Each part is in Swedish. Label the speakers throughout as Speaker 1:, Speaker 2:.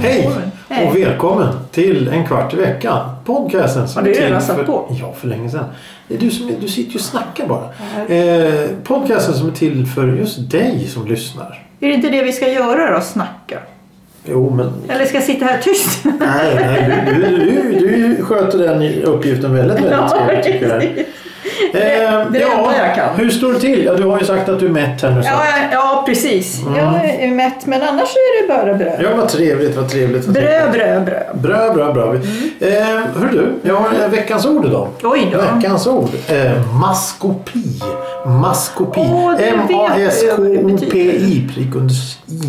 Speaker 1: Hej
Speaker 2: Hej.
Speaker 1: och välkommen till En kvart i veckan. Podcasten som
Speaker 2: Har du
Speaker 1: till
Speaker 2: redan satt
Speaker 1: för-
Speaker 2: på?
Speaker 1: Ja, för länge sedan. Det är Du, som, du sitter ju och snackar bara. Eh, podcasten som är till för just dig som lyssnar.
Speaker 2: Är det inte det vi ska göra då? Snacka?
Speaker 1: Jo, men...
Speaker 2: Eller ska jag sitta här tyst?
Speaker 1: Nej, nej du, du, du, du sköter den uppgiften väldigt, väldigt trevligt tycker jag.
Speaker 2: precis.
Speaker 1: Eh,
Speaker 2: det är det enda jag kan.
Speaker 1: Hur står det till? Ja, du har ju sagt att du är mätt här nu. Så.
Speaker 2: Ja, ja, ja precis. Jag är mätt men annars är det bara bröd.
Speaker 1: Ja, vad trevligt, vad trevligt. Vad
Speaker 2: Bröd, bröd,
Speaker 1: trevligt.
Speaker 2: bröd.
Speaker 1: Brö, brö, brö.
Speaker 2: Mm.
Speaker 1: Eh, hör du, jag har eh, veckans ord idag.
Speaker 2: Oj då.
Speaker 1: Veckans ord. Eh, maskopi. Maskopi.
Speaker 2: Åh, det vet jag vad det
Speaker 1: M-A-S-K-O-P-I. Prick under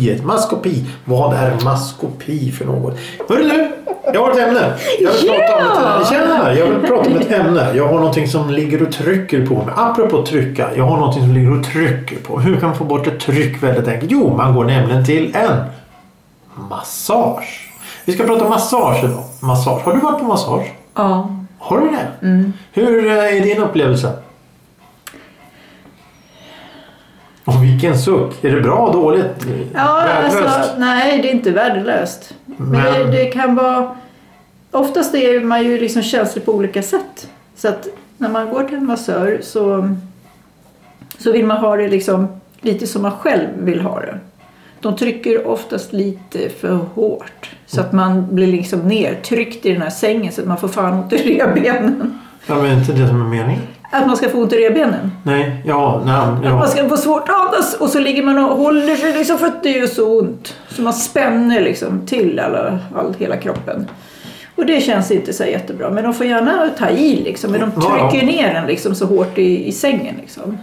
Speaker 1: i. Maskopi. Vad är maskopi för något? Hörru du, jag har ett ämne. Jag vill prata om
Speaker 2: Ja!
Speaker 1: ett, tjena, jag vill prata om ett ämne. Jag har någonting som ligger och trycker på mig. Apropå trycka. Jag har någonting som ligger och trycker på. Hur kan man få bort ett tryck väldigt enkelt? Jo, man går nämligen till en massage. Vi ska prata om massage idag. Massage. Har du varit på massage?
Speaker 2: Ja.
Speaker 1: Har du det? Hur eh, är din upplevelse? Och vilken suck! Är det bra, dåligt,
Speaker 2: Ja,
Speaker 1: värdelöst?
Speaker 2: alltså, nej, det är inte värdelöst. Men,
Speaker 1: Men-
Speaker 2: Det, det kan vara... Oftast är man ju liksom känslig på olika sätt. Så att när man går till en massör så, så vill man ha det liksom lite som man själv vill ha det. De trycker oftast lite för hårt. Så att man blir liksom nertryckt i den här sängen så att man får fan ont i revbenen.
Speaker 1: Ja, men är inte det som är meningen?
Speaker 2: Att man ska få ont i revbenen.
Speaker 1: Nej, ja, nej,
Speaker 2: Man
Speaker 1: ja.
Speaker 2: ska få svårt att andas och så ligger man och håller sig liksom för att det gör så ont. Så man spänner liksom till alla, all, hela kroppen. Och det känns inte så jättebra. Men de får gärna ta i liksom. Men de
Speaker 1: Ja, ja.
Speaker 2: trycker ner en liksom så hårt i, i sängen liksom.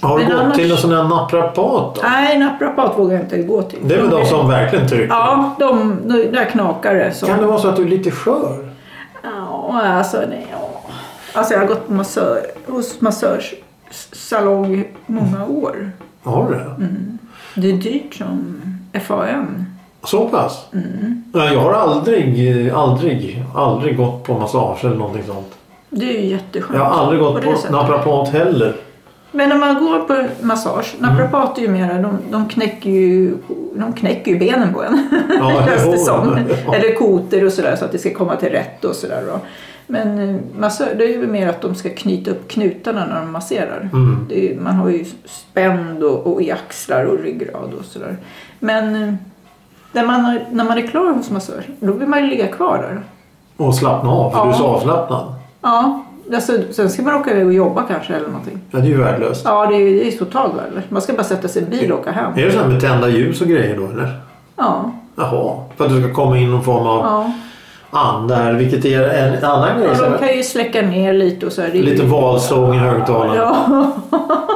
Speaker 1: Har du
Speaker 2: men
Speaker 1: gått
Speaker 2: annars-
Speaker 1: till en sån där naprapat då?
Speaker 2: Nej, naprapat vågar jag inte gå till.
Speaker 1: Det är väl de som verkligen trycker?
Speaker 2: Ja, de, de där knakar det. som-
Speaker 1: Kan det vara så att du är lite skör?
Speaker 2: Ja, alltså nej. Ja. Alltså jag har gått på massör, hos massörssalong många år.
Speaker 1: Har du det?
Speaker 2: Det är dyrt som FAN.
Speaker 1: Så pass?
Speaker 2: Mm.
Speaker 1: Nej, jag har aldrig, eh, aldrig, aldrig gått på massage eller någonting sånt.
Speaker 2: Det är ju jätteskönt.
Speaker 1: Jag har aldrig gått
Speaker 2: det
Speaker 1: på,
Speaker 2: sättet.
Speaker 1: naprapat heller.
Speaker 2: Men när man går på massage,
Speaker 1: Mm.
Speaker 2: naprapater är ju mera, de, de, knäcker ju, de knäcker ju benen på en.
Speaker 1: Ja,
Speaker 2: Känns
Speaker 1: jo,
Speaker 2: det som.
Speaker 1: ja.
Speaker 2: Eller koter och sådär så att det ska komma till rätt och sådär. då. Men eh, massör, det är ju mer att de ska knyta upp knutarna när de masserar.
Speaker 1: Mm.
Speaker 2: Det är, ju- man har ju spänd och, och i axlar och ryggrad och sådär. Men eh, när man, har- när man är klar hos massör, då vill man ju ligga kvar där.
Speaker 1: Och slappna av, för
Speaker 2: Ja.
Speaker 1: du är så avslappnad.
Speaker 2: Ja, alltså, sen ska man åka iväg och jobba kanske eller någonting.
Speaker 1: Ja, det är ju värdelöst.
Speaker 2: Ja, det är, det är totalt värdelöst. Man ska bara sätta sig i en bil och åka hem.
Speaker 1: Är det så här med tända ljus och grejer då eller?
Speaker 2: Ja.
Speaker 1: Jaha, för att du ska komma in någon form av
Speaker 2: ja.
Speaker 1: anda här, vilket är en annan grej.
Speaker 2: Och
Speaker 1: så
Speaker 2: de
Speaker 1: här.
Speaker 2: kan ju släcka ner lite och så här. Det är
Speaker 1: Lite
Speaker 2: ju-
Speaker 1: valsång i högtalarna.
Speaker 2: Ja.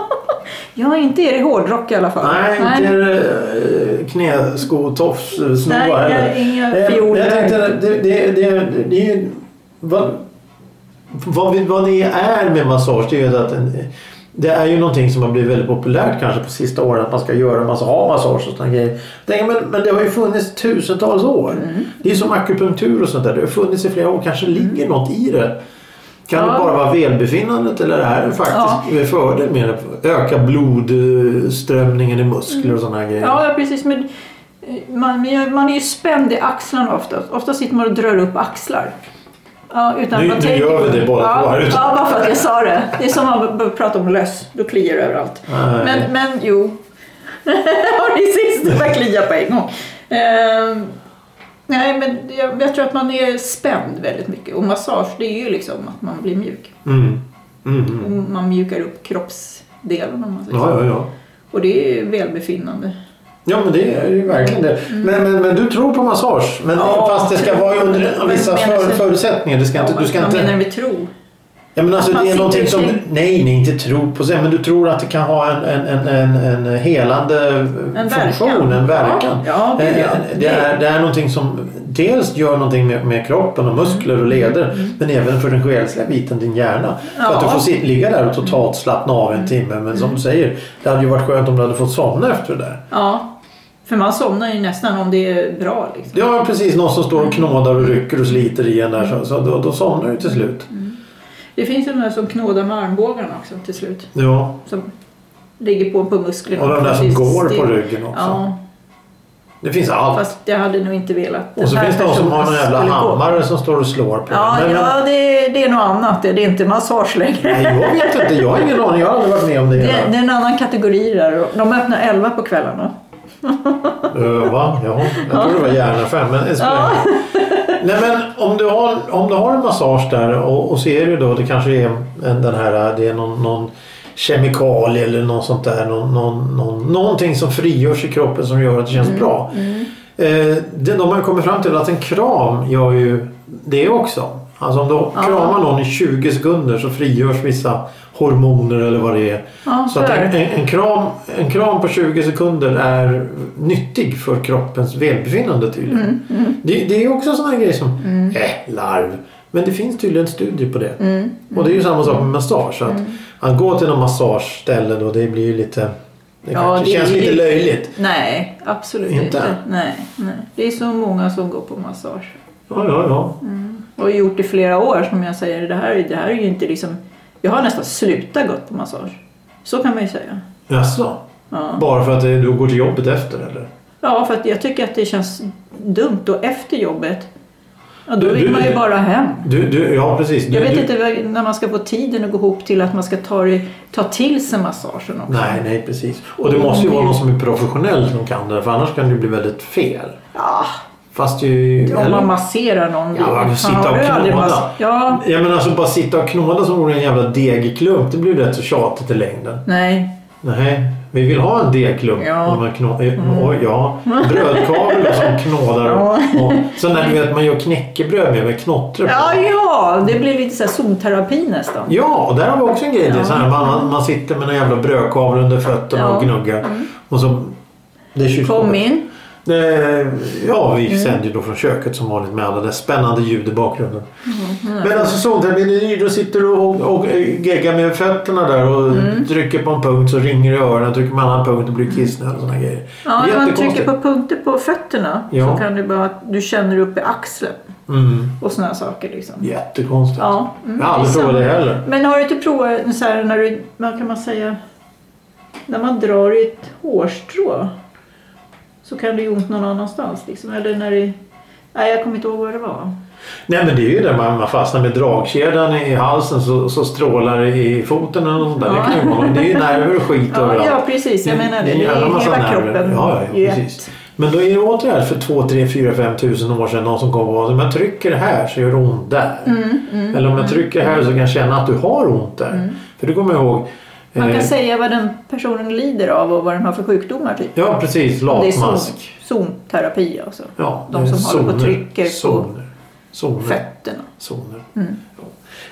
Speaker 2: ja, inte är det hårdrock i alla fall.
Speaker 1: Nej, inte är det eh, knäskotofs, eh,
Speaker 2: Nej,
Speaker 1: snor
Speaker 2: jag-
Speaker 1: heller.
Speaker 2: inga
Speaker 1: Eh,
Speaker 2: fioler.
Speaker 1: Jag tänkte, det, det, det, det är ju... Vad, vad, vi- vad det är med massage, det är ju att en, det är ju någonting som har blivit väldigt populärt kanske på sista åren att man ska göra en massa ha massage och sådana grejer. Jag Tänker, men, men det har ju funnits tusentals år.
Speaker 2: Mm.
Speaker 1: Det är som akupunktur och sånt där. Det har funnits i flera år. Kanske ligger något i det. Kan det
Speaker 2: Ja.
Speaker 1: bara vara välbefinnandet eller är det faktiskt
Speaker 2: Ja.
Speaker 1: det är fördel med det? Öka blodströmningen i muskler och sådana här grejer.
Speaker 2: Ja, ja, precis. Men eh, man, men jag- man är ju spänd i axlarna ofta. Ofta sitter man och drar upp axlar. Ja, utan
Speaker 1: Nu-
Speaker 2: man
Speaker 1: nu
Speaker 2: tänker
Speaker 1: gör vi
Speaker 2: på-
Speaker 1: det båda två
Speaker 2: ja,
Speaker 1: här ute.
Speaker 2: ja, bara för att jag sa det. Det är som att man prata om löss. Då kliar det överallt.
Speaker 1: Nej.
Speaker 2: Men, men jo. Har ni sist? Det bara klia på en gång. Ehm, nej, men jag, jag tror att man är spänd väldigt mycket. Och massage, det är ju liksom att man blir mjuk.
Speaker 1: Mm. Mm. Mm.
Speaker 2: Och man mjukar upp kroppsdelen om man säger
Speaker 1: Ja,
Speaker 2: så.
Speaker 1: ja, ja.
Speaker 2: Och det är ju välbefinnande.
Speaker 1: Ja men det är ju verkligen det. Men, men, men du tror på massage. Men
Speaker 2: Mm. Ja.
Speaker 1: fast det ska vara under vissa
Speaker 2: Men- men-
Speaker 1: för, förutsättningar. Det ska inte, du ska
Speaker 2: Vad menar
Speaker 1: inte...
Speaker 2: du med tro?
Speaker 1: Ja, men alltså,
Speaker 2: Att man
Speaker 1: det är
Speaker 2: sitter
Speaker 1: någonting som...
Speaker 2: i-
Speaker 1: Nej, nej, inte tro på sig. Men du tror att det kan ha en, en, en, en, en helande
Speaker 2: En
Speaker 1: funktion,
Speaker 2: verkan.
Speaker 1: en verkan.
Speaker 2: Ja, ja,
Speaker 1: Eh,
Speaker 2: gud, ja.
Speaker 1: det, är, det är någonting som dels gör någonting med, med kroppen och muskler och
Speaker 2: Mm.
Speaker 1: leder. Men även för den själsliga biten, din hjärna. För att du
Speaker 2: Ja. Mm.
Speaker 1: får sit, ligga där och totalt slappna av en timme. Men som du säger, det hade ju varit skönt om du hade fått somna efter det där.
Speaker 2: Ja. För man somnar ju nästan om det är bra. Liksom.
Speaker 1: Ja, precis. Någon som
Speaker 2: Mm.
Speaker 1: står och knådar och rycker och sliter i en där. Så, så då, då somnar du till slut.
Speaker 2: Mm. Det finns ju de där som knådar med armbågarna också till slut.
Speaker 1: Ja.
Speaker 2: Som ligger på en på musklerna.
Speaker 1: Och de där som
Speaker 2: Precis,
Speaker 1: går
Speaker 2: det-
Speaker 1: på ryggen också.
Speaker 2: Ja,
Speaker 1: Det finns allt.
Speaker 2: fast jag hade nog inte velat.
Speaker 1: Och så
Speaker 2: Den här
Speaker 1: finns det de som har
Speaker 2: personen
Speaker 1: någon jävla
Speaker 2: skulle gå.
Speaker 1: hammare som står och slår på
Speaker 2: Ja,
Speaker 1: den. Men-
Speaker 2: ja det, det är något annat. Det Det är inte massage längre.
Speaker 1: Nej, jag vet inte. Jag har ingen aning. Jag har aldrig varit med om det.
Speaker 2: Det, det
Speaker 1: det,
Speaker 2: är en annan kategori där. De öppnar 11 på kvällarna.
Speaker 1: Eh, va? Jaha. Jag trodde det var järnaffär, men det spelar ingen roll. Nej, men om du har, om du har en massage där och, och ser du då, det kanske är en, den här, det är någon, någon kemikalie eller något sånt där. Någon, någon, någon, någonting som frigörs i kroppen som gör att det känns bra. Eh, det, de har ju kommit fram till att en kram gör ju det också. Alltså om du kramar någon i 20 sekunder så frigörs vissa hormoner eller vad det är.
Speaker 2: Ja,
Speaker 1: Så att
Speaker 2: för.
Speaker 1: en, en, en, kram, en kram på 20 sekunder är nyttig för kroppens välbefinnande tydligen.
Speaker 2: Mm,
Speaker 1: Det, det är också sådana grejer som äh, larv. Men det finns tydligen studier på det.
Speaker 2: Mm.
Speaker 1: Och det är ju samma sak med massage. så Att, att gå till någon massageställe då det blir ju lite... Det,
Speaker 2: Ja,
Speaker 1: kanske
Speaker 2: det
Speaker 1: känns
Speaker 2: är ju-
Speaker 1: lite löjligt.
Speaker 2: Nej, absolut
Speaker 1: Inte?
Speaker 2: inte. Nej, nej. Det är så många som går på massage.
Speaker 1: Ja, ja, ja.
Speaker 2: Mm. Och har gjort i flera år som jag säger. Det här, det här är ju inte liksom... Jag har nästan slutat gå på massage. Så kan man ju säga.
Speaker 1: Jaså?
Speaker 2: Ja.
Speaker 1: Bara för att det- du går till jobbet efter eller?
Speaker 2: Ja, för att jag tycker att det känns dumt och efter jobbet. Ja, då
Speaker 1: Du-
Speaker 2: vill
Speaker 1: du-
Speaker 2: man ju bara hem.
Speaker 1: Du, du, ja, precis. Du,
Speaker 2: Jag vet
Speaker 1: du,
Speaker 2: inte vad- när man ska få tiden att gå ihop till att man ska ta, det- ta till sig massagen också.
Speaker 1: Nej, nej precis. Och det måste ju vara någon som är professionell som kan det för annars kan det ju bli väldigt fel.
Speaker 2: Ja,
Speaker 1: Fast ju...
Speaker 2: om
Speaker 1: eller-
Speaker 2: man masserar någon.
Speaker 1: Ja,
Speaker 2: Fan,
Speaker 1: men sitta
Speaker 2: har
Speaker 1: och
Speaker 2: du aldrig
Speaker 1: knåda.
Speaker 2: mass- Ja,
Speaker 1: Jag menar alltså bara sitta och knåda som vore det en jävla degklump. Det blir ju rätt så tjatigt i längden.
Speaker 2: nej.
Speaker 1: Nej, vi vill ha en degklump.
Speaker 2: Ja. Mm.
Speaker 1: Och man knå... eh, Oj, ja. Brödkavlor som knådar. Och, och, sen när du vet man gör knäckebröd med, med knottror på.
Speaker 2: Ja, ja, det blir lite så här zonterapi nästan.
Speaker 1: Ja, och där har vi också en grej. Det är så här, man, man- man sitter med en jävla brödkavle under fötterna
Speaker 2: Ja. Mm.
Speaker 1: och gnuggar. Och så, det är kylskåpet.
Speaker 2: Kom in.
Speaker 1: Eh, Ja,
Speaker 2: Mm.
Speaker 1: vi sänder ju då från köket som vanligt med alla det spännande ljud i bakgrunden.
Speaker 2: Mm.
Speaker 1: Men alltså soltermin, då sitter du och, och geggar med fötterna där och
Speaker 2: Mm.
Speaker 1: trycker på en punkt så ringer det i öronen. Trycker man en annan punkt och blir kissnödig och sådana grejer.
Speaker 2: Ja, när man
Speaker 1: Jättekonstigt.
Speaker 2: trycker på punkter på fötterna
Speaker 1: Ja.
Speaker 2: så kan det bara att du känner upp i axeln
Speaker 1: Mm.
Speaker 2: och sådana saker. Liksom.
Speaker 1: Jättekonstigt.
Speaker 2: Ja, mm,
Speaker 1: Jag har aldrig
Speaker 2: det är
Speaker 1: provat det
Speaker 2: samma.
Speaker 1: heller.
Speaker 2: Men har du inte provat en så här när du, vad kan man säga, när man drar i ett hårstrå så kan det ju ont någon annanstans liksom. Eller när det, nej jag kommer inte ihåg vad det var.
Speaker 1: Nej men det är ju det man, man fastnar med dragkedjan i halsen så, så strålar det i foten eller något sånt där. Det, kan ju vara, det är ju nerver och skit
Speaker 2: Ja,
Speaker 1: överallt.
Speaker 2: ja, precis. Jag menar det.
Speaker 1: Mm. är en
Speaker 2: Det är
Speaker 1: jävla massa
Speaker 2: hela
Speaker 1: nerver.
Speaker 2: kroppen
Speaker 1: Ja, ja,
Speaker 2: i
Speaker 1: ja,
Speaker 2: ett.
Speaker 1: precis. Men då är det återigen för 2, 3, 4, 5 tusen år sedan någon som kom och sa om jag trycker här så gör det ont där.
Speaker 2: Mm,
Speaker 1: Eller om jag trycker här så kan jag känna att du har ont där. För du kommer jag ihåg.
Speaker 2: Mm. Man kan
Speaker 1: eh,
Speaker 2: säga vad den personen lider av och vad den har för sjukdomar typ.
Speaker 1: ja precis,
Speaker 2: Det är
Speaker 1: latmask.
Speaker 2: zon- zonterapi alltså.
Speaker 1: Ja, eh,
Speaker 2: De
Speaker 1: det är
Speaker 2: som håller på och trycker på Mm.
Speaker 1: zoner, zoner,
Speaker 2: Fötterna.
Speaker 1: zoner. Ja.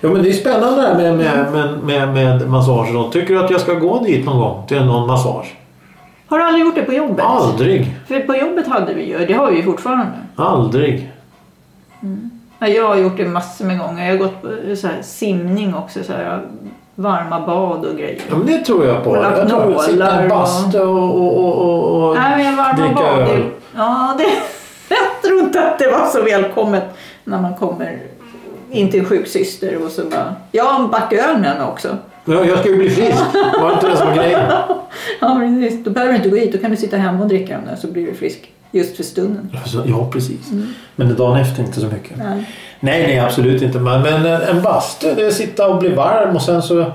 Speaker 1: Ja, men det är spännande det här med, med,
Speaker 2: Mm.
Speaker 1: med, med, med massager. då. Tycker du att jag ska gå dit någon gång till någon massage?
Speaker 2: Har du aldrig gjort det på jobbet?
Speaker 1: Aldrig,
Speaker 2: För på jobbet hade vi ju, det har vi ju fortfarande.
Speaker 1: aldrig.
Speaker 2: Ja, jag har gjort det massor med gånger. Jag har gått på eh, så här, simning också. Så här, varma bad och grejer.
Speaker 1: Ja, men det tror jag på.
Speaker 2: Och
Speaker 1: Jag
Speaker 2: lagt
Speaker 1: tror jag. Sitta i en
Speaker 2: nålar och-
Speaker 1: bastu och, och, och, och, och
Speaker 2: Nej, men varma
Speaker 1: dricka
Speaker 2: bad.
Speaker 1: öl.
Speaker 2: Det, ja, det, jag tror inte att det var så välkommet när man kommer in till en sjuksyster och så bara... Jag har en back öl med mig också.
Speaker 1: Ja, jag ska ju bli frisk. Var inte det som var grejen?
Speaker 2: Ja, precis. Då behöver du inte gå hit. Då kan du sitta hemma och dricka den där så blir du frisk just för stunden.
Speaker 1: Alltså, Ja, precis.
Speaker 2: Mm.
Speaker 1: Men dagen efter inte så mycket.
Speaker 2: Nej.
Speaker 1: Nej, nej, absolut inte. Men, men en- en bastu, det är att sitta och bli varm och sen så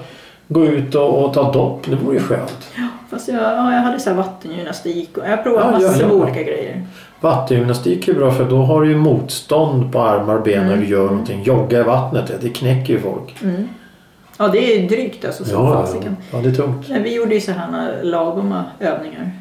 Speaker 1: gå ut och, och ta dopp. Det vore ju skönt.
Speaker 2: Fast jag, ja, jag hade så här vattengymnastik och jag provade
Speaker 1: Ja, ja,
Speaker 2: massor med
Speaker 1: ja.
Speaker 2: olika grejer.
Speaker 1: Vattengymnastik är bra för då har du ju motstånd på armar och ben när
Speaker 2: Mm.
Speaker 1: du gör någonting. Jogga i vattnet, det knäcker ju folk.
Speaker 2: Ja, det är drygt alltså. Som
Speaker 1: Ja, ja,
Speaker 2: fasiken.
Speaker 1: ja, det är tungt.
Speaker 2: Nej, vi gjorde ju så här några lagoma övningar.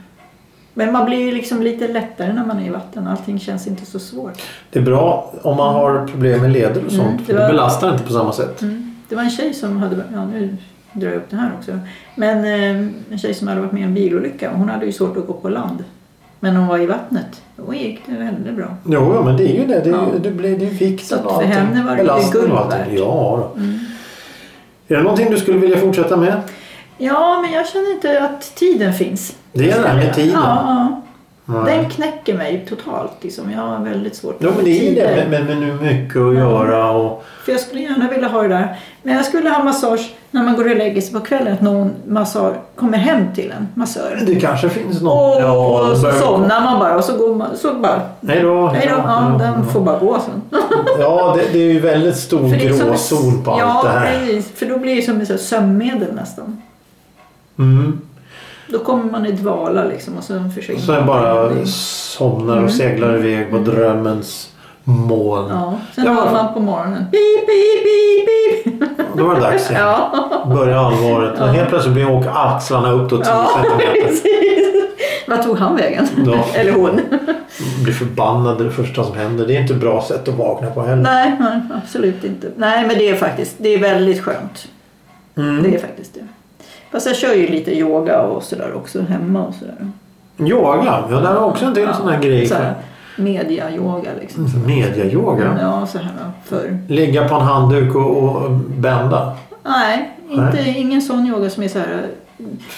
Speaker 2: Men man blir ju liksom lite lättare när man är i vatten. Allting känns inte så svårt.
Speaker 1: Det är bra om man har problem med leder och sånt.
Speaker 2: Mm, det
Speaker 1: för det
Speaker 2: var-
Speaker 1: belastar inte på samma sätt.
Speaker 2: Det var en tjej som hade... Ja, nu drar jag upp det här också. Men eh, en tjej som hade varit med i en bilolycka. Hon hade ju svårt att gå på land. Men hon var i vattnet. Då gick det väldigt bra.
Speaker 1: Jo, ja, men det är ju det. Det är, ju-
Speaker 2: Ja.
Speaker 1: det blir, det är ju
Speaker 2: Så
Speaker 1: vikten
Speaker 2: att för henne var det ju
Speaker 1: Belastningen och
Speaker 2: guld
Speaker 1: allting.
Speaker 2: värt. Mm.
Speaker 1: Ja, då. Är det någonting du skulle vilja fortsätta med?
Speaker 2: Ja, men jag känner inte att tiden finns.
Speaker 1: Det är det här med tiden.
Speaker 2: Ja, ja. Den knäcker mig totalt. Liksom. Jag har väldigt svårt
Speaker 1: Jo, men det är ju
Speaker 2: tider.
Speaker 1: det med, med, med mycket att göra och...
Speaker 2: För jag skulle gärna vilja ha det där. Men jag skulle ha massage när man går och lägger sig på kvällen. Att någon massör kommer hem till en massör.
Speaker 1: Det kanske finns någon...
Speaker 2: Och, och så
Speaker 1: börjar-
Speaker 2: somnar man bara och så går man så bara.
Speaker 1: Nej då.
Speaker 2: Nej då, ja, den får bara gå sen.
Speaker 1: ja det, det är ju väldigt stor
Speaker 2: För det är som-
Speaker 1: gråzon på
Speaker 2: ja,
Speaker 1: allt det här.
Speaker 2: precis. för då blir det som ett så här sömnmedel nästan.
Speaker 1: Mm.
Speaker 2: Då kommer man i dvala liksom och sen
Speaker 1: Och
Speaker 2: försvinner
Speaker 1: Sen
Speaker 2: man.
Speaker 1: bara
Speaker 2: Mm.
Speaker 1: somnar och seglar iväg på drömmens moln.
Speaker 2: Ja, sen
Speaker 1: Ja.
Speaker 2: ja. man på morgonen. Pip, pip, pip, pip.
Speaker 1: Då var det dags igen.
Speaker 2: Ja,
Speaker 1: Börjar allvaret. Och helt plötsligt blir åker axlarna upp då 10
Speaker 2: ja
Speaker 1: centimeter.
Speaker 2: precis. Vad tog han vägen?
Speaker 1: Ja.
Speaker 2: Eller hon?
Speaker 1: Blir förbannad det första som händer. Det är inte ett bra sätt att vakna på heller.
Speaker 2: Nej, nej, absolut inte. Nej, men det är faktiskt det är väldigt skönt.
Speaker 1: Mm.
Speaker 2: Det är faktiskt det. Fast jag kör ju lite yoga och sådär också hemma och sådär.
Speaker 1: Yoga, ja det är också en till sån här grej.
Speaker 2: Så här, media-yoga liksom.
Speaker 1: Mediayoga.
Speaker 2: Ja, så här för.
Speaker 1: Ligga på en handduk och, och bända.
Speaker 2: Nej, inte, ingen sån yoga som är så här.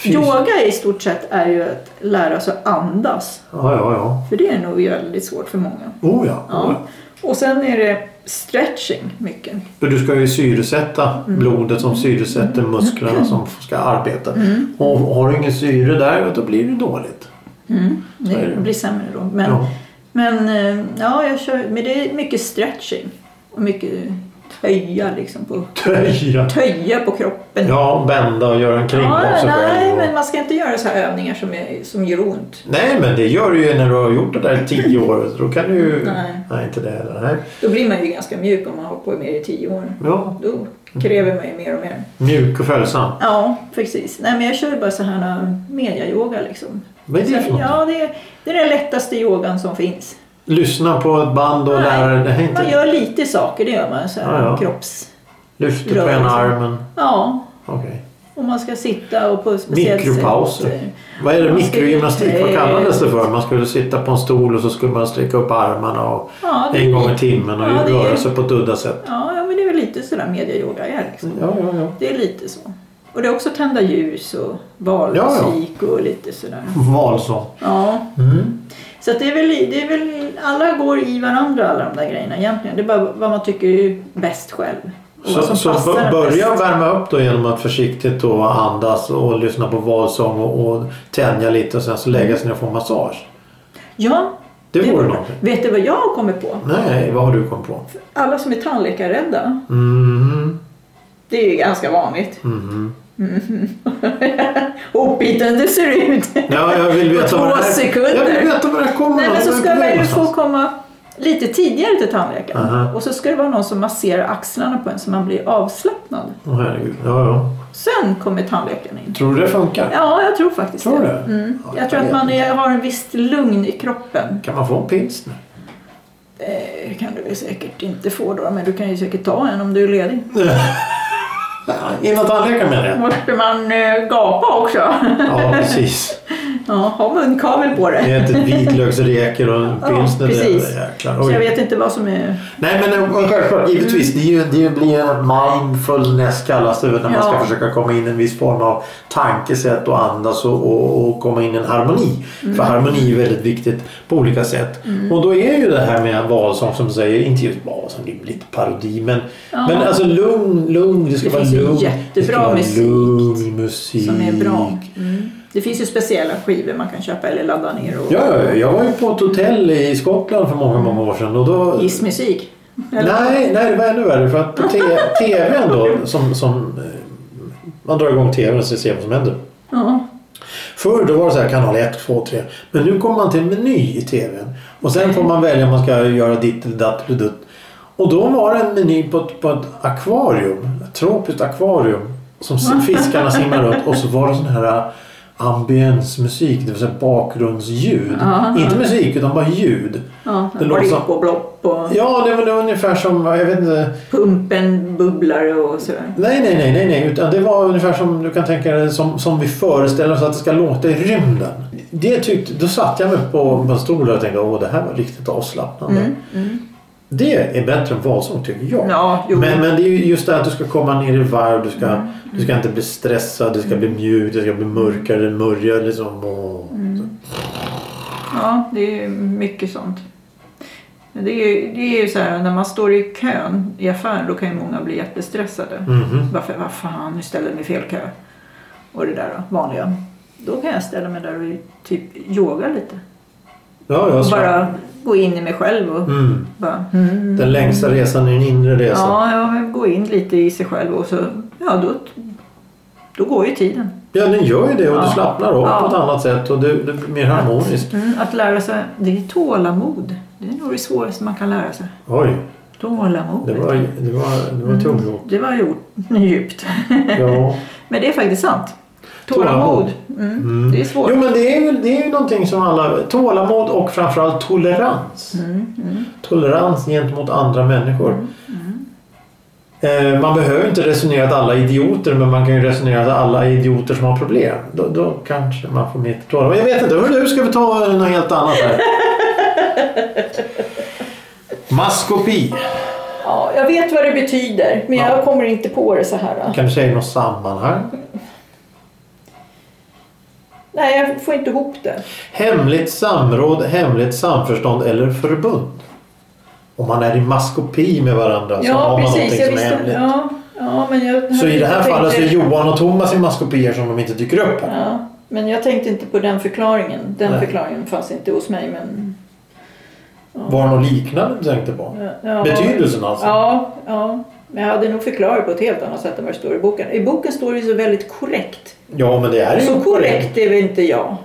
Speaker 1: Fys-
Speaker 2: Yoga i stort sett är ju att lära sig att andas.
Speaker 1: Ja, ja, ja.
Speaker 2: För det är nog väldigt svårt för många.
Speaker 1: Oh ja.
Speaker 2: Ja. Och sen är det stretching mycket.
Speaker 1: För du ska ju syresätta
Speaker 2: Mm.
Speaker 1: blodet som syresätter musklerna som ska arbeta.
Speaker 2: Mm.
Speaker 1: Och har du ingen syre där då blir det dåligt. Så är det.
Speaker 2: Mm, Det blir sämre då. Men,
Speaker 1: Ja.
Speaker 2: men, eh, ja, jag kör, men det är mycket stretching. Och mycket töja liksom på,
Speaker 1: Töja!
Speaker 2: töja på kroppen.
Speaker 1: Ja, bända och göra en kring av sig själv.
Speaker 2: nej,
Speaker 1: och-
Speaker 2: men man ska inte göra så här övningar som, är, som gör ont.
Speaker 1: Nej, men det gör du ju när du har gjort det där i tio år. Då kan du ju...
Speaker 2: Nej.
Speaker 1: inte det heller. Nej.
Speaker 2: Då blir man ju ganska mjuk om man har hållit på med det i tio år.
Speaker 1: Ja,
Speaker 2: Då kräver man ju mer och mer.
Speaker 1: Mm. mjuk och följsam.
Speaker 2: Ja, precis. Nej, men jag kör ju bara så här eh, mediayoga liksom.
Speaker 1: Vad är det för något?
Speaker 2: Ja, det är, det är den lättaste yogan som finns.
Speaker 1: Lyssna på ett band och
Speaker 2: Nej,
Speaker 1: lära dig. Det här är
Speaker 2: Man
Speaker 1: inte...
Speaker 2: gör lite saker, det gör man. Så här,
Speaker 1: Ja, ja.
Speaker 2: kropps...
Speaker 1: Lyfter på
Speaker 2: rör
Speaker 1: ena
Speaker 2: liksom.
Speaker 1: armen.
Speaker 2: Ja,
Speaker 1: Okej.
Speaker 2: och man ska sitta och på ett speciellt sätt. eh,
Speaker 1: Mikropauser. Vad är det?
Speaker 2: Man ska
Speaker 1: Mikrogymnastik? Vad
Speaker 2: inte-
Speaker 1: kallades det för? Man skulle sitta på en stol och så skulle man sträcka upp armarna och
Speaker 2: Ja, det
Speaker 1: en
Speaker 2: är-
Speaker 1: gång i timmen och
Speaker 2: Ja, det är-
Speaker 1: röra sig på ett udda sätt.
Speaker 2: Ja, ja, men det är väl lite sådär mediayoga är liksom.
Speaker 1: Ja, ja, ja.
Speaker 2: Det är lite så. Och det är också tända ljus och valmusik och lite sådär.
Speaker 1: Valsång.
Speaker 2: Ja,
Speaker 1: Mm.
Speaker 2: så att det, är väl, det är väl... Alla går i varandra alla de där grejerna egentligen. Det är bara vad man tycker är bäst själv. Och vad
Speaker 1: Så,
Speaker 2: som
Speaker 1: så
Speaker 2: passar
Speaker 1: bör-
Speaker 2: en
Speaker 1: börja
Speaker 2: bäst.
Speaker 1: värma upp då genom att försiktigt då andas och lyssna på valsång och, och tänja lite och sen så lägga sig ner och få massage.
Speaker 2: Ja.
Speaker 1: Det vore någonting.
Speaker 2: Vet du vad jag har kommit på?
Speaker 1: Nej, vad har du kommit på?
Speaker 2: Alla som är tandläkarrädda.
Speaker 1: Mm.
Speaker 2: Det är ju ganska vanligt.
Speaker 1: Mhm.
Speaker 2: Hopbiten det ser ut.
Speaker 1: Ja, jag vill
Speaker 2: På
Speaker 1: veta vad det
Speaker 2: två
Speaker 1: här,
Speaker 2: sekunder.
Speaker 1: jag vill veta vad det här kommer
Speaker 2: Nej men så
Speaker 1: Var
Speaker 2: ska
Speaker 1: är
Speaker 2: man
Speaker 1: det
Speaker 2: ju få
Speaker 1: någonstans?
Speaker 2: komma lite tidigare till tandläkaren.
Speaker 1: Aha.
Speaker 2: Och så ska det vara någon som masserar axlarna på en så man blir avslappnad.
Speaker 1: Åh, herregud. Ja, ja.
Speaker 2: Sen kommer tandläkaren in.
Speaker 1: Tror du det funkar?
Speaker 2: Ja, jag tror faktiskt
Speaker 1: Tror
Speaker 2: det.
Speaker 1: du?
Speaker 2: Mm.
Speaker 1: Ja,
Speaker 2: Jag tror
Speaker 1: jag
Speaker 2: att
Speaker 1: vet
Speaker 2: man är, har en viss lugn i kroppen. Eh,
Speaker 1: Kan man få en pilsner?
Speaker 2: Det kan du väl säkert inte få då, men du kan ju säkert ta en om du är ledig.
Speaker 1: Innan tandläkaren menar jag.
Speaker 2: Måste man eh, gapa också?
Speaker 1: Ja, precis.
Speaker 2: Ja, ha munkavel på
Speaker 1: Det
Speaker 2: dig.
Speaker 1: är inte ett vitlöksreker och en pilsner. det är
Speaker 2: precis.
Speaker 1: jäklar.
Speaker 2: Så
Speaker 1: Oj.
Speaker 2: jag vet inte vad som är...
Speaker 1: Nej men eh, självklart, givetvis.
Speaker 2: Mm.
Speaker 1: Det, är ju, det blir ju mindfulness kallas det väl när man ska
Speaker 2: Ja.
Speaker 1: försöka komma in i en viss form av tankesätt och andas och, och, och komma in i en harmoni.
Speaker 2: Mm.
Speaker 1: För harmoni är väldigt viktigt på olika sätt. Och då är ju det här med valsång som du säger, inte just valsång, det blir lite parodi men,
Speaker 2: Ja.
Speaker 1: men alltså lugn, lugn, det ska
Speaker 2: Det
Speaker 1: vara
Speaker 2: finns ju
Speaker 1: lugn. Det ska
Speaker 2: jättebra
Speaker 1: vara
Speaker 2: musik
Speaker 1: lugn musik.
Speaker 2: som är bra. Mm. Det finns ju speciella skivor man kan köpa eller ladda ner. Och...
Speaker 1: Ja, ja, jag var ju på ett hotell i Skottland för
Speaker 2: Mm.
Speaker 1: många, många år sedan och då
Speaker 2: Gissmusik. Eller?
Speaker 1: Nej, nej, det var ännu värre. För att på te- tvn då, som, som... eh, Man drar igång tvn och så ser vad som händer.
Speaker 2: Ja.
Speaker 1: Förr då var det så här kanal 1, 2, 3. Men nu kommer man till en meny i tvn. Och sen får man välja om man ska göra ditt eller datt eller dutt. Och då var det en meny på ett, på ett akvarium. Ett tropiskt akvarium. Som si- fiskarna simmar runt. Och så var det sån här eh, ambiensmusik. Det vill säga bakgrundsljud.
Speaker 2: Ja,
Speaker 1: Inte musik utan bara ljud.
Speaker 2: Ja.
Speaker 1: Det låter som-
Speaker 2: Blipp och blopp och
Speaker 1: Ja, det var det var ungefär som... Jag vet inte.
Speaker 2: pumpen bubblar och sådär.
Speaker 1: Nej, nej, nej, nej, nej. Utan det var ungefär som du kan tänka dig som, som vi föreställer oss att det ska låta i rymden. Det tyckte, då satt jag mig på, på en stol och tänkte åh det här var riktigt avslappnande.
Speaker 2: Mm, mm.
Speaker 1: Det är bättre än valsång tycker jag.
Speaker 2: Ja, jo. Mm.
Speaker 1: Men, men det är ju just det här att du ska komma ner i varv. Du ska, du ska inte bli
Speaker 2: Mm.
Speaker 1: stressad. Du ska bli mjuk. Det ska bli mörkare, mörjare. Liksom, och...
Speaker 2: Ja, det är mycket sånt. Men det är, ju- det är ju så här, när man står i kön i affären då kan ju många bli jättestressade.
Speaker 1: Mhm.
Speaker 2: Varför, vad fan, nu ställer jag mig i fel kö. Och det där då, vanliga. Då kan jag ställa mig där och typ yoga lite.
Speaker 1: Ja,
Speaker 2: Och
Speaker 1: jag
Speaker 2: bara gå in i mig själv och
Speaker 1: Alltså- mm.
Speaker 2: bara... Mm.
Speaker 1: Den längsta resan är den inre resan. Ja.
Speaker 2: Ja, ja, men gå in lite i sig själv och så... Ja, då, då går ju tiden.
Speaker 1: den gör ju det och du
Speaker 2: Ja.
Speaker 1: slappnar av
Speaker 2: Ja.
Speaker 1: på ett annat sätt och du, du blir mer harmonisk.
Speaker 2: Mm, att lära sig, det är tålamod. Det är nog det svåraste man kan lära sig.
Speaker 1: Oj,
Speaker 2: Tålamod.
Speaker 1: det var, det var, det
Speaker 2: Mm.
Speaker 1: var tungt.
Speaker 2: Det var gjort djupt.
Speaker 1: Ja.
Speaker 2: Men det är faktiskt sant.
Speaker 1: Tålamod.
Speaker 2: Tålamod. Mm. Det är svårt.
Speaker 1: Jo men det är, ju, det är ju någonting som alla... Tålamod och framförallt tolerans.
Speaker 2: Mm, mm.
Speaker 1: Tolerans gentemot andra människor. Eh, man behöver inte resonera att alla är idioter men man kan ju resonera att alla är idioter som har problem. Då, då kanske man får mer tålamod. Men jag vet inte, hörru du ska vi ta eh, något helt annat här. Maskopi.
Speaker 2: Ja, jag vet vad det betyder, men jag kommer inte på det så här. va?
Speaker 1: Kanske i något sammanhang.
Speaker 2: Nej, jag får inte ihop det.
Speaker 1: Hemligt samråd, hemligt samförstånd eller förbund. Om man är i maskopi med varandra så Alltså, har
Speaker 2: ja,
Speaker 1: man
Speaker 2: precis.
Speaker 1: någonting
Speaker 2: Jag
Speaker 1: som är
Speaker 2: visste.
Speaker 1: hemligt.
Speaker 2: Ja, ja, men jag,
Speaker 1: Så i det här
Speaker 2: jag
Speaker 1: fallet så är
Speaker 2: tänkte-
Speaker 1: Johan och Thomas i maskopier som de inte dyker upp här.
Speaker 2: Ja, men jag tänkte inte på den förklaringen. Den
Speaker 1: Nej.
Speaker 2: förklaringen fanns inte hos mig. Men, eh,
Speaker 1: Var det något liknande du tänkte på?
Speaker 2: ja,
Speaker 1: Betydelsen alltså?
Speaker 2: Ja, ja. Men jag hade nog förklarat på ett helt annat sätt än vad det står i boken. I boken står det ju så väldigt korrekt.
Speaker 1: Ja, men det är ju
Speaker 2: Så korrekt är väl inte jag.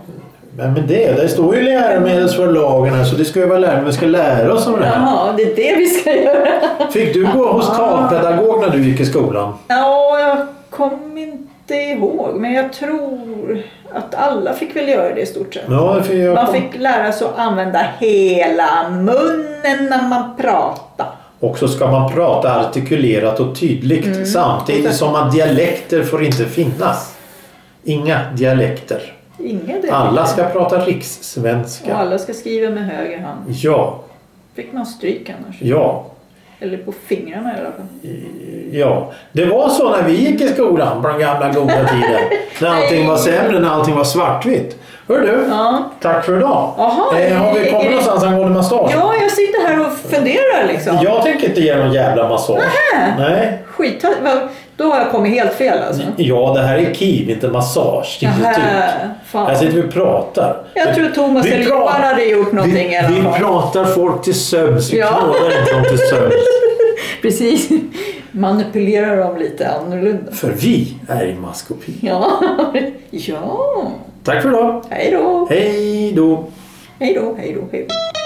Speaker 1: Men med det, det står ju läromedelsförlagen här så det ska ju vara läromedel. Vi ska lära oss om det här.
Speaker 2: Jaha, det är det vi ska göra.
Speaker 1: Fick du gå hos talpedagog när du gick i skolan?
Speaker 2: Ja, jag kom inte ihåg. Men jag tror att alla fick väl göra det i stort sett.
Speaker 1: Ja, det fick jag
Speaker 2: Man fick lära sig att använda hela munnen när man pratar.
Speaker 1: Och så ska man prata artikulerat och tydligt
Speaker 2: Mm.
Speaker 1: samtidigt som att dialekter får inte finnas. Inga dialekter.
Speaker 2: Inga det.
Speaker 1: Alla ska prata
Speaker 2: Och
Speaker 1: rikssvenska.
Speaker 2: alla ska skriva med höger hand.
Speaker 1: Ja,
Speaker 2: Fick man stryk annars?
Speaker 1: ja,
Speaker 2: Eller på fingrarna i alla fall.
Speaker 1: ja. Det var så när vi gick i skolan på den gamla goda tiden. När allting var sämre, när allting var svartvitt. Hör du,
Speaker 2: Ja.
Speaker 1: tack för idag.
Speaker 2: Jaha,
Speaker 1: eh, har
Speaker 2: är
Speaker 1: vi
Speaker 2: det-
Speaker 1: kommit
Speaker 2: är det-
Speaker 1: någonstans angående massage?
Speaker 2: ja, jag sitter här och funderar liksom.
Speaker 1: Jag tänker inte ge någon jävla massage.
Speaker 2: Nähä.
Speaker 1: Nej.
Speaker 2: Skit, vad- då har jag kommit helt fel alltså.
Speaker 1: Ja, det här är kiv, inte massage. Det är typ-
Speaker 2: Nähä,
Speaker 1: inte ut.
Speaker 2: fan.
Speaker 1: Här sitter vi och pratar.
Speaker 2: Jag tror Thomas eller
Speaker 1: pratar-
Speaker 2: Johan hade gjort någonting
Speaker 1: vi,
Speaker 2: i alla
Speaker 1: vi
Speaker 2: fall.
Speaker 1: pratar folk till sömns. Vi
Speaker 2: Ja.
Speaker 1: knådar inte dem till sömns.
Speaker 2: Precis. Manipulerar dem lite annorlunda.
Speaker 1: För vi är i maskopi.
Speaker 2: Ja. Ja.
Speaker 1: Tack för idag.
Speaker 2: Hej då.
Speaker 1: Hej då.
Speaker 2: Hej då. Hej då. Hej då.